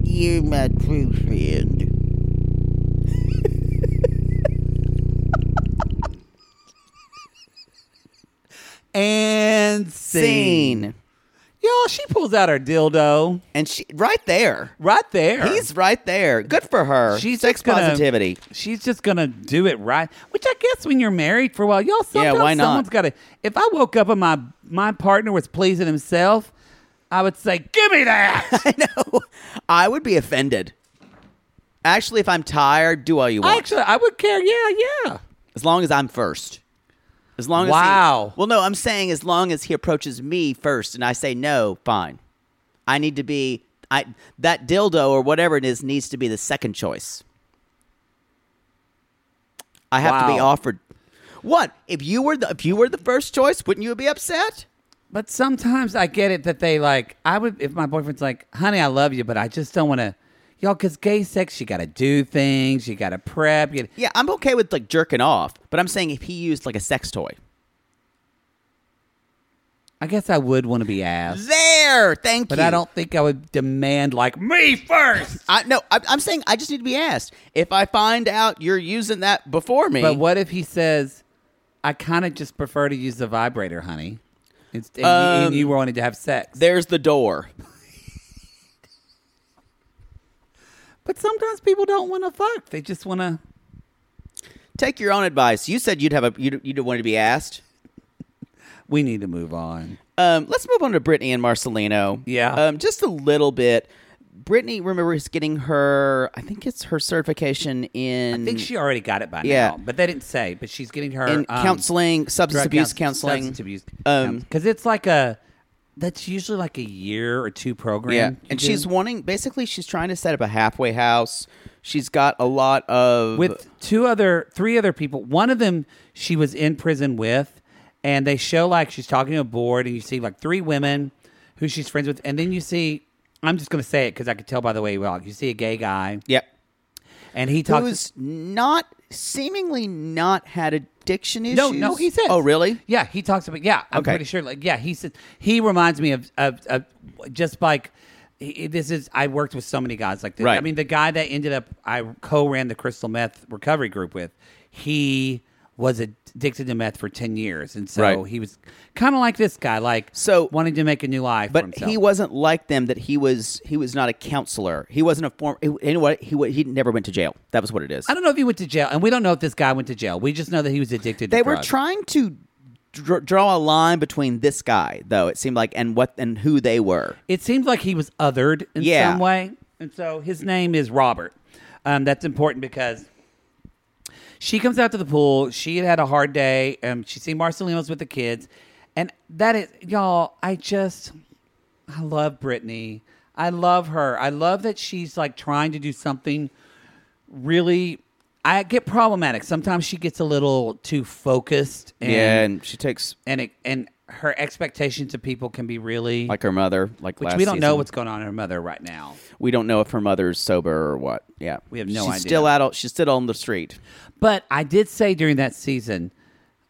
You're my true friend. And Scene. scene. Y'all, Oh, she pulls out her dildo And she right there. right there. He's right there. Good for her. She's sex just gonna- positivity. She's just gonna do it right. Which I guess when you're married for a while, y'all Yeah, sometimes why not? someone's gotta if I woke up and my my partner was pleasing himself, I would say, Give *laughs* me that. I know. I would be offended. Actually, if I'm tired, do all you want. Actually I would care, yeah, yeah. as long as I'm first. As long as he- Wow. well, no, I'm saying as long as he approaches me first and I say no, fine. I need to be I that dildo or whatever it is needs to be the second choice. I have to be Wow. offered. What if you were the if you were the first choice? Wouldn't you be upset? But sometimes I get it that they like I would if my boyfriend's like, "Honey, I love you, but I just don't want to." Y'all, because gay sex, you gotta do things, you gotta prep. You Yeah, I'm okay with like jerking off, but I'm saying if he used like a sex toy. I guess I would want to be asked, There, thank but you. I don't think I would demand like me first. I no, I, I'm saying I just need to be asked. If I find out you're using that before me, But what if he says, "I kind of just prefer to use the vibrator, honey," it's, and, you, Um, and you wanted to have sex? there's the door. But sometimes people don't want to fuck; they just want to. Take your own advice. You said you'd have a you you wanted to be asked. We need to move on. Um, let's move on to Brittany and Marcelino. Yeah. um, just a little bit. Brittany, remember, is getting her. I think it's her certification in I think she already got it by Yeah. now, but they didn't say. But she's getting her in um, counseling, substance drug abuse couns- counseling. substance abuse, Um, because it's like a that's usually like a year or two program. Yeah, you and do. she's wanting. Basically, she's trying to set up a halfway house. She's got a lot of with two other three other people one of them she was in prison with and they show like she's talking to a board and you see like three women who she's friends with and then you see i'm just going to say it because i could tell by the way he walked you see a gay guy yep. and he talks who's not seemingly not had addiction issues. no no he says Oh, really? yeah he talks about yeah i'm Okay. pretty sure like yeah he says he reminds me of of, of just like he- this is I worked with so many guys like this. Right. I mean, the guy that ended up I co-ran the crystal meth recovery group with, he was addicted to meth for ten years, and so Right. he was kind of like this guy, like So- wanting to make a new life. for But himself. he wasn't like them. That he was. He was not a counselor. He wasn't a form. He, anyway, he wa- he never went to jail. That was what it is. I don't know if he went to jail, and we don't know if this guy went to jail. We just know that he was addicted. They to were drugs. trying to dr- draw a line between this guy, though. It seemed like and what and who they were. it seems like he was othered in Yeah. some way. And so his name is Robert. Um, that's important because she comes out to the pool. She had had a hard day. Um, she seen Marcelino's with the kids. And that is, y'all, I just, I love Brittany. I love her. I love that she's like trying to do something really. I get problematic. Sometimes she gets a little too focused. And, and she takes And, it, and her expectations of people can be really like her mother, like which last we don't know season. what's going on in her mother right now. we don't know if her mother's sober or what. Yeah, We have no she's idea. Still out. on- She's still on the street. But I did say during that season,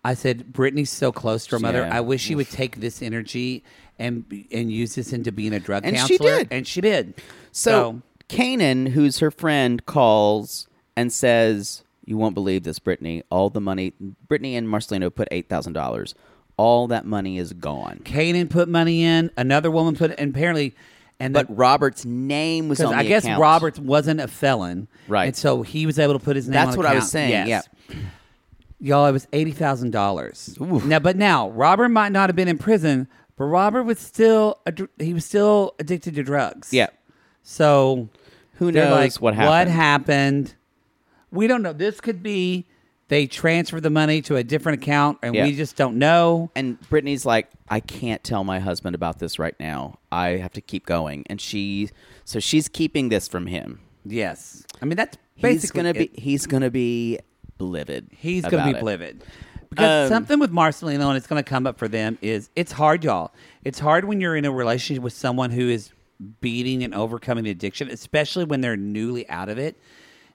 I said Brittany's so close to her mother. Yeah. I wish she would take this energy and and use this into being a drug And she counselor. did. and she did. So, Kanan, who's her friend, calls and says, "You won't believe this, Brittany. All the money Brittany and Marcelino put eight thousand dollars. All that money is gone. So Kanan put money in. Another woman put, and apparently, and But the- Robert's name was on Because the I guess account. Roberts wasn't a felon, Right. And so he was able to put his name. That's on what I was account. saying, Yes. y'all, it was eighty thousand dollars. Now, but now Robert might not have been in prison, but Robert was still a, dr- he was still addicted to drugs. Yeah. So Who they're knows like, what happened? What happened? We don't know. This could be they transferred the money to a different account, and Yeah. we just don't know. And Brittany's like, I can't tell my husband about this right now. I have to keep going. And she, so she's keeping this from him. Yes, I mean that's basically He's gonna it. be. He's gonna be livid. He's going to about be it. livid. Because Um, something with Marcelino, and it's going to come up for them, is it's hard, y'all. It's hard when you're in a relationship with someone who is beating and overcoming addiction, especially when they're newly out of it.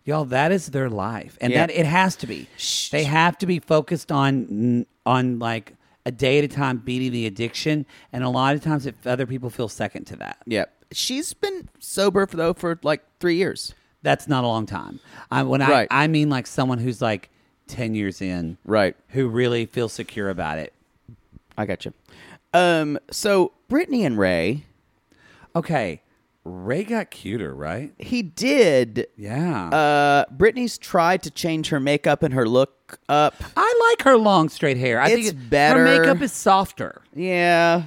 Y'all, that is their life, and Yeah. that it has to be. They have to be focused on on like a day at a time beating the addiction, and a lot of times, if other people feel second to that, Yeah, she's been sober for though for like three years. that's not a long time. I, when Right. I I mean like someone who's like ten years in, Right. who really feels secure about it. I got you. Um, so Brittany and Ray, Okay. Ray got cuter, *laughs* right? he did. Yeah. Uh, Brittany's tried to change her makeup and her look up. I like her long straight hair. I it's think it- better. Her makeup is softer. Yeah,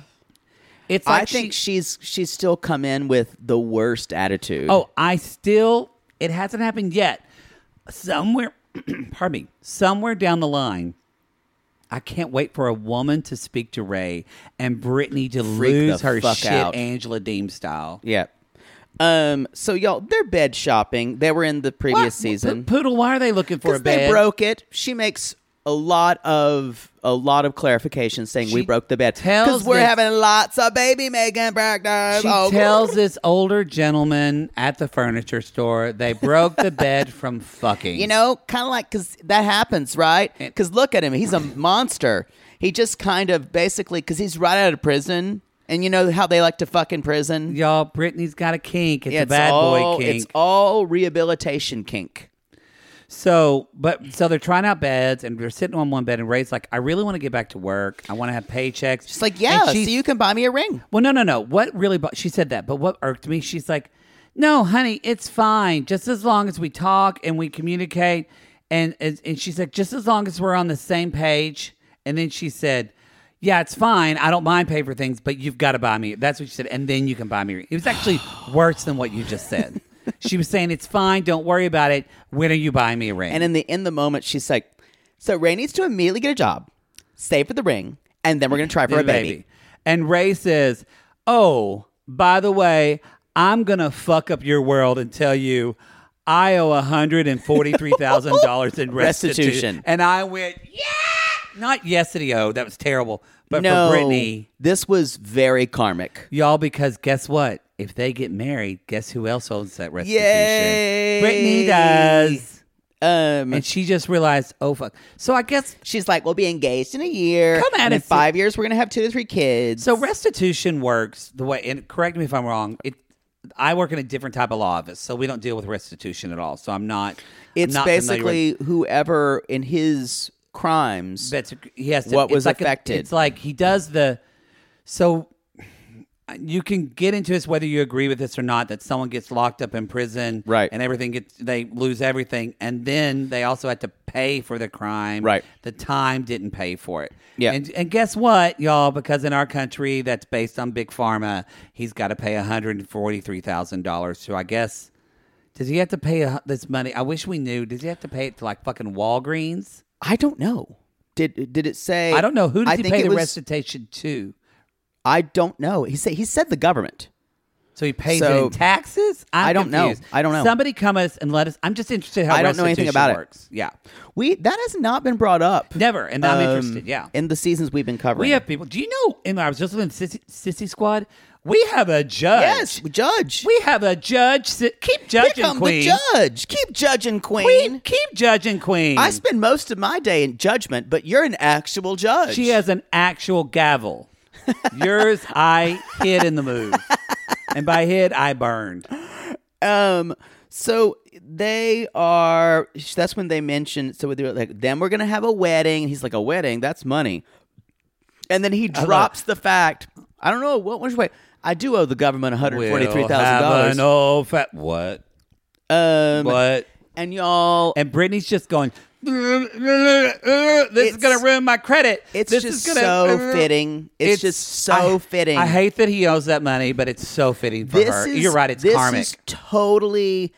It's like I think she, she's she's still come in with the worst attitude. Oh, I still it hasn't happened yet. Somewhere *clears throat* pardon me. Somewhere down the line. I can't wait for a woman to speak to Ray and Brittany to Freak the lose her fuck shit out. Angela Deem style. yeah. Um, so y'all, they're bed shopping. They were in the previous What? season. Po- Poodle, why are they looking for a Because bed? they broke it. She makes a lot of a lot of clarification saying we She broke the bed tells we're this- having lots of baby making practice. She Oh, tells this older gentleman at the furniture store they broke the bed from fucking. you know, kind of like because that happens, right? Because look at him; he's a monster. He just kind of basically because he's right out of prison, and you know how they like to fuck in prison. y'all, Brittany's got a kink. It's, Yeah, a bad all, boy kink. It's all rehabilitation kink. so, but so they're trying out beds and they're sitting on one bed and Ray's like, I really want to get back to work. I want to have paychecks. It's like, yeah, And so she- you can buy me a ring. Well, no, no, no. What really? Bo- she said that, but what irked me? She's like, "No, honey, it's fine. Just as long as we talk and we communicate." And and, and she's like, "Just as long as we're on the same page." And then she said, "Yeah, it's fine. I don't mind paying for things, but you've got to buy me." That's what she said. And then you can buy me. It was actually worse than what you just said. she was saying, "It's fine. Don't worry about it. When are you buying me a ring?" And in the in the moment, she's like, "So Ray needs to immediately get a job, save for the ring, and then we're gonna try for a Then baby." And Ray says, Oh, by the way, I'm going to fuck up your world and tell you I owe $143,000 in *laughs* restitution. Restitution. And I went, Yeah! Not yesterday, that was terrible. But No, for Brittany, this was very karmic. y'all, because guess what? If they get married, guess who else owns that restitution? Yay! Brittany does. Um, And she just realized, oh, fuck. So I guess she's like, "We'll be engaged in a year. Come at and in it, sis- five years. We're gonna have two to three kids." So restitution works the way, and correct me if I'm wrong. It, I work in a different type of law office, so we don't deal with restitution at all. So I'm not. it's not familiar with- basically whoever in his crimes. that's he has to, what it's was like a- affected. it's like he does the. So you can get into this whether you agree with this or not. That someone gets locked up in prison, Right. and everything gets they lose everything, and then they also had to pay for the crime, Right. The time didn't pay for it, Yeah. And and guess what, y'all? Because in our country, that's based on big pharma. He's got to pay one hundred and forty three thousand dollars. So I guess. Does he have to pay uh, this money? I wish we knew. Does he have to pay it to like fucking Walgreens? I don't know. Did did it say? I don't know who did I he think pay it the was- restitution to. I don't know. He said he said the government. So he pays it So- in taxes. I'm I don't know. confused. I don't know. Somebody come us and let us. I'm just interested how I don't know anything restitution about it. works. Yeah, We that has not been brought up. never. And I'm um, interested. Yeah, In the seasons we've been covering. we have people. Do you know? And I was just listening to Sissy, Sissy Squad. We have a judge. Yes, judge. we have a judge. Si- Keep judging, Here come Queen. the judge. Keep judging, Queen. Queen, keep judging, Queen. I spend most of my day in judgment, but you're an actual judge. She has an actual gavel. Yours, I hid in *laughs* the move, and by hid, I burned. Um. So they are. That's when they mention. So they're like, then we're gonna have a wedding. He's like, a wedding. That's money. And then he drops the fact. I don't know what which way. I do owe the government one hundred forty three thousand dollars. No, fat what? Um. What? And y'all. And Brittany's just going, this is going to ruin my credit. It's This just is gonna, so *laughs* fitting. It's, just so I- fitting. I hate that he owes that money, but it's so fitting for this her. is- You're right. It's this karmic. is totally.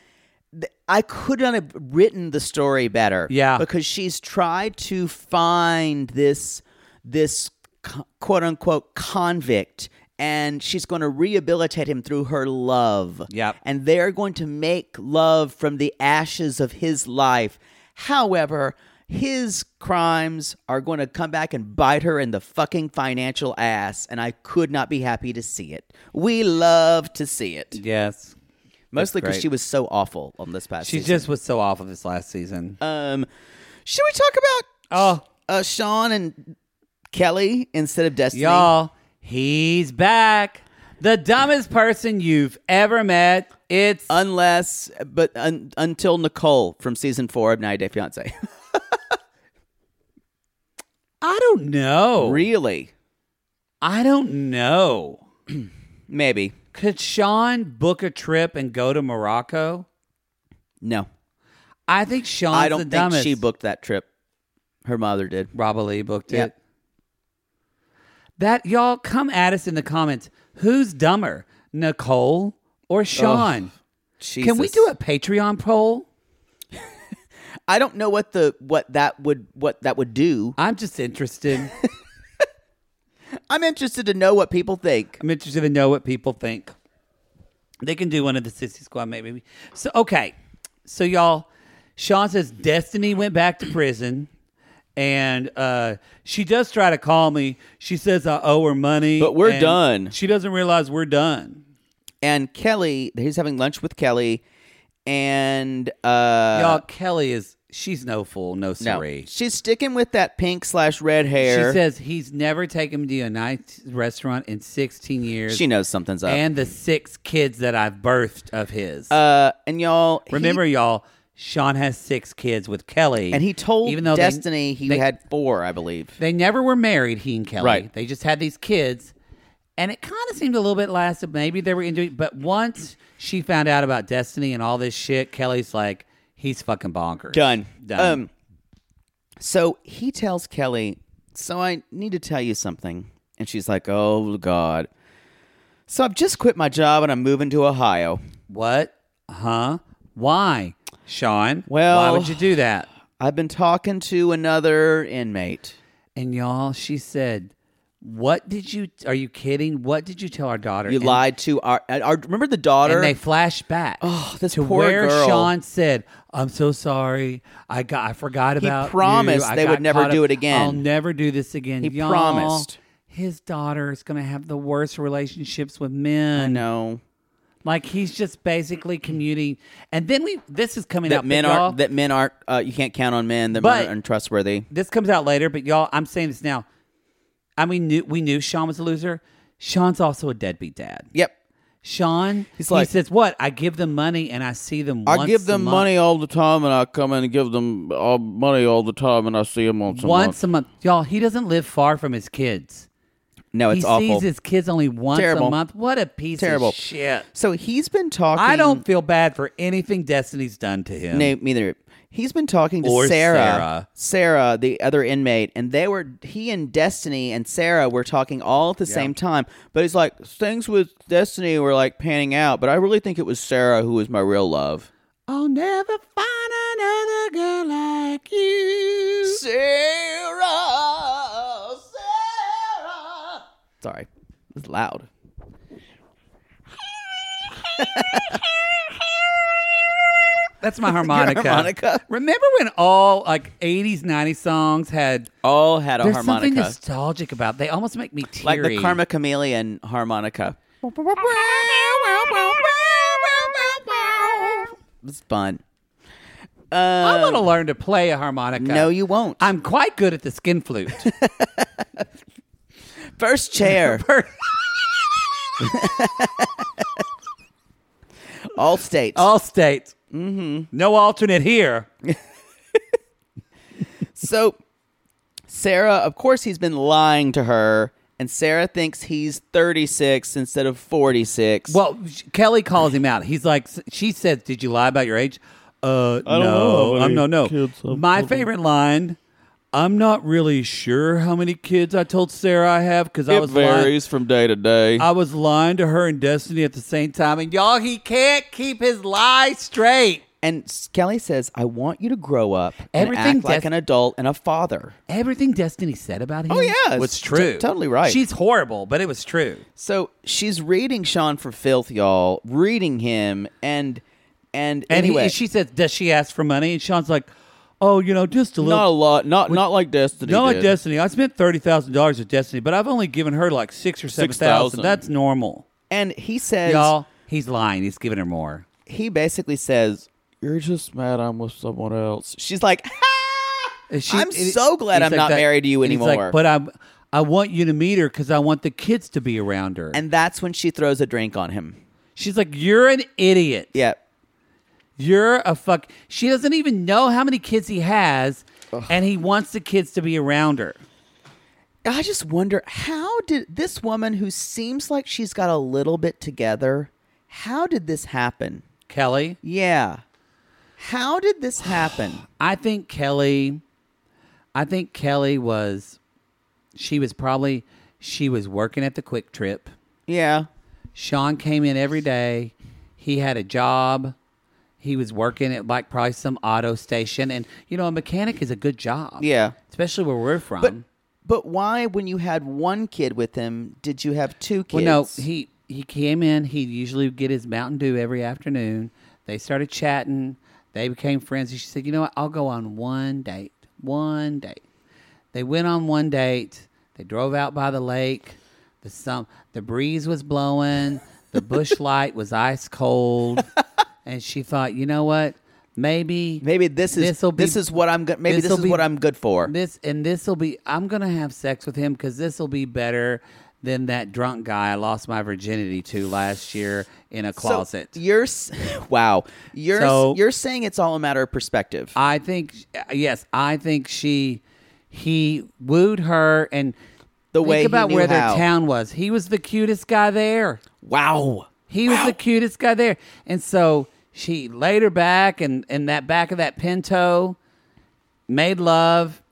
th- I could not have written the story better. Yeah. because she's tried to find this this co- quote unquote convict. And she's going to rehabilitate him through her love. Yep. And they're going to make love from the ashes of his life. However, his crimes are going to come back and bite her in the fucking financial ass. And I could not be happy to see it. We love to see it. yes. Mostly because great. she was so awful on this past She season. just was so off of this last season. um, should we talk about oh, uh, Sean and Kelly instead of Destiny? y'all, he's back. The dumbest person you've ever met. It's Uh, Unless, but un- until Nicole from season four of 90 Day Fiance. I don't know. really? I don't know. Maybe. Could Sean book a trip and go to Morocco? No. I think Sean's I don't the think dumbest. she booked that trip. Her mother did. Probably booked Yep. it. That y'all come at us in the comments. Who's dumber, Nicole or Sean? Can we Jesus. do a Patreon poll? I don't know what the what that would what that would do. I'm just *laughs* interested. I'm interested to know what people think. I'm interested to know what people think. They can do one of the Sissy Squad, maybe. So, okay. So, y'all, Sean says Destiny went back to prison. And uh, she does try to call me. She says I owe her money. But we're and done. She doesn't realize we're done. And Kelly, he's having lunch with Kelly, and uh, Y'all, Kelly is, she's no fool, no no, sorry. she's sticking with that pink slash red hair. She says he's never taken me to a nice restaurant in 16 years. she knows something's up. And the six kids that I've birthed of his. uh, and y'all he- Remember, y'all, Sean has six kids with Kelly, and he told even though they- Destiny he they- had four, I believe. they never were married. He and Kelly, Right. They just had these kids, and it kind of seemed a little bit lasted. Maybe they were into it, but once she found out about Destiny and all this shit, Kelly's like, he's fucking bonkers. Done. Done. Um, so he tells Kelly, So I need to tell you something. And she's like, Oh, God. So I've just quit my job and I'm moving to Ohio. what? Huh? Why, Sean? why Well- would you do that? I've been talking to another inmate. And y'all, she said, "What did you? Are you kidding? What did you tell our daughter? You And- lied to our, our. Remember the daughter? And they flash back Oh, this to poor where girl. Sean said, "I'm so sorry. I got. I forgot about." promised you. I they got would never caught up. do it again. I'll never do this again. He Y'all, promised. His daughter is going to have the worst relationships with men. no. Like he's just basically commuting. And then we. This is coming That up. men but y'all- aren't. That men aren't. Uh, you can't count on men. That But- men are untrustworthy. this comes out later, but y'all, I'm saying this now. I mean, knew, we knew Sean was a loser. Sean's also a deadbeat dad. Yep. Sean, He's he like- says, "What? I give them money and I see them. I once give a them month. money all the time, and I come in and give them uh, all money all the time, and I see them on once a month. Y'all, he doesn't live far from his kids. No, it's he awful. sees his kids only once Terrible. a month. What a piece Terrible. of shit. so he's been talking. I don't feel bad for anything Destiny's done to him. No, me neither. He's been talking to Or Sarah, Sarah. Sarah, the other inmate, and they were he and Destiny and Sarah were talking all at the same time. But he's like things with Destiny were like panning out, but I really think it was Sarah who was my real love. I'll never find another girl like you. Sarah, Sarah. Sorry, it's loud. *laughs* That's my harmonica. harmonica. Remember when all like 80s, 90s songs had All had a there's something harmonica, nostalgic about. They almost make me teary. like the Karma Chameleon harmonica. It's fun. Uh, I want to learn to play a harmonica. No, you won't. I'm quite good at the skin flute. *laughs* First *laughs* chair. All states. All states. Mm-hmm. No alternate here. So, Sarah, of course, he's been lying to her, and Sarah thinks he's 36 instead of 46. Well, sh- Kelly calls him out. He's like, she says, "Did you lie about your age?" Uh, no, I'm no, no. My favorite line. I'm not really sure how many kids I told Sarah I have because I was lying. from day to day. I was lying to her and Destiny at the same time, and y'all, he can't keep his lie straight. and S- Kelly says, I want you to grow up and Everything act like des- an adult and a father. Everything Destiny said about him, Oh, yeah, was it's true. t- totally right. She's horrible, but it was true. So she's reading Sean for filth, y'all, reading him, and and, And he- anyway, she says, "Does she ask for money?" And Sean's like, "Oh, you know, just a little." not a lot, not not like Destiny. No, did. at Destiny. I spent thirty thousand dollars at Destiny, but I've only given her like six or seven thousand. That's normal, And he says, y'all. He's lying. He's giving her more. he basically says, You're just mad I'm with someone else. she's like, *laughs* And she- I'm and- so glad he's I'm like not that- married to you and he's like, anymore. but I, I want you to meet her because I want the kids to be around her. And and that's when she throws a drink on him. she's like, "You're an idiot. Yeah. You're a fuck." She doesn't even know how many kids he has, and he wants the kids to be around her. I just wonder how did this woman who seems like she's got a little bit together, how did this happen? Kelly, Yeah. How did *sighs* this happen? I think Kelly, I think Kelly was, she was probably, she was working at the Quick Trip. yeah. Sean came in every day. He had a job. He was working at like probably some auto station, and you know a mechanic is a good job. Yeah. especially where we're from. But but why when you had one kid with him did you have two kids? well, no, he he came in. He usually would get his Mountain Dew every afternoon. They started chatting. They became friends. And she said, "You know what? I'll go on one date. One date." They went on one date. They drove out by the lake. The sun, the breeze was blowing. *laughs* The bush light was ice cold, and she thought, "You know what? Maybe maybe this is this'll be- this is what I'm good maybe this this'll is be- what I'm good for. This and this will be. I'm gonna have sex with him because this will be better than that drunk guy I lost my virginity to last year in a closet. So you're s- *laughs* wow. You're s- So- you're saying it's all a matter of perspective. I think yes, I think she he wooed her and The think way he about knew where how. their town was. He was the cutest guy there. wow. He was the cutest guy there. And so she laid her back and in that back of that pinto, made love.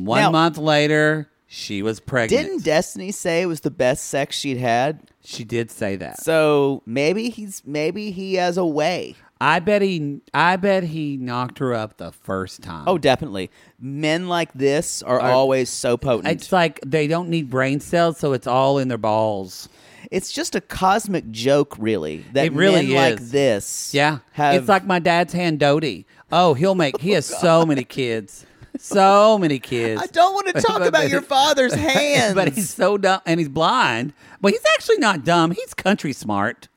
One Now- month later, she was pregnant. Didn't Destiny say it was the best sex she'd had? She did say that. So maybe he's maybe he has a way. I bet he I bet he knocked her up the first time. Oh, definitely. Men like this are, always so potent. it's like they don't need brain cells, so it's all in their balls. It's just a cosmic joke, really. That It really men like is. this, Yeah. have It's like my dad's hand doty. Oh, he'll make he has so many kids. So many kids. *laughs* I don't want to talk But- about your *laughs* father's hands. But he's so dumb and he's blind. But he's actually not dumb. He's country smart.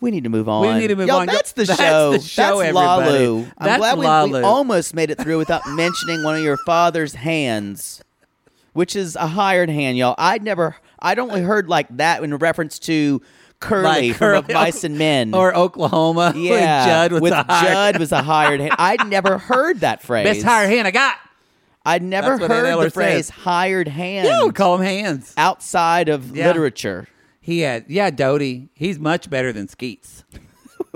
we need to move on. need to move Y'all, on. That's the That's show. the show, That's everybody. Lalu. I'm That's glad we- we, Lalu. almost *laughs* made it through without mentioning one of your father's hands, which is a hired hand, y'all. I'd never, I'd only heard like that in reference to Curly Like from *laughs* Curly. Advice and Men. Or Oklahoma. *laughs* when yeah, Judd was with a hire- Judd was a hired hand. I'd never heard that phrase. *laughs* Best hire hand I got. I'd never That's what Ann heard Eller the phrase says. hired hand Yeah, we call him hands. outside of Yeah. literature. He had yeah, Doty. He's much better than Skeets.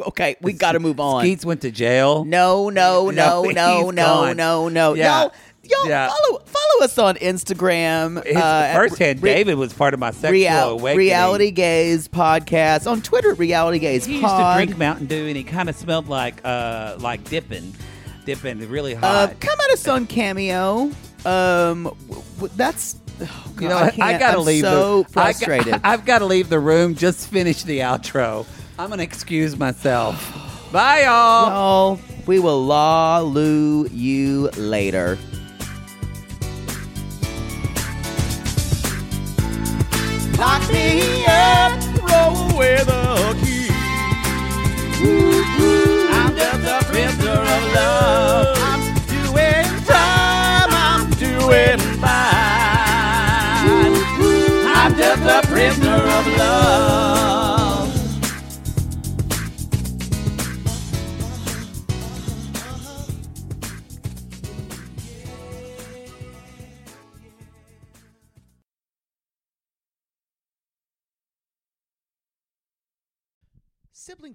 Okay, we got to move on. Skeets went to jail. No, no, no, *laughs* no, no, No, he's no, gone. no, no. Yeah. Y'all, y'all Yeah. follow follow us on Instagram. uh, His at first hand, Re- David was part of my sexual Rea- awakening. reality gaze podcast on Twitter. Reality gaze He used to pod. drink Mountain Dew, and he kind of smelled like uh like dipping, dipping really uh, hot. come at us on Cameo. Um, w- w- that's oh, God, you know, I, I, can't. gotta I'm leave. So the, I ga- frustrated. *laughs* I've got to leave the room. Just finish the outro. I'm gonna excuse myself. Bye, y'all. Y'all, we will la loo you later. Lock me up, throw away the key. I'm just a prisoner of love. I'm doing time, I'm doing fine. I'm just a prisoner of love. Sibling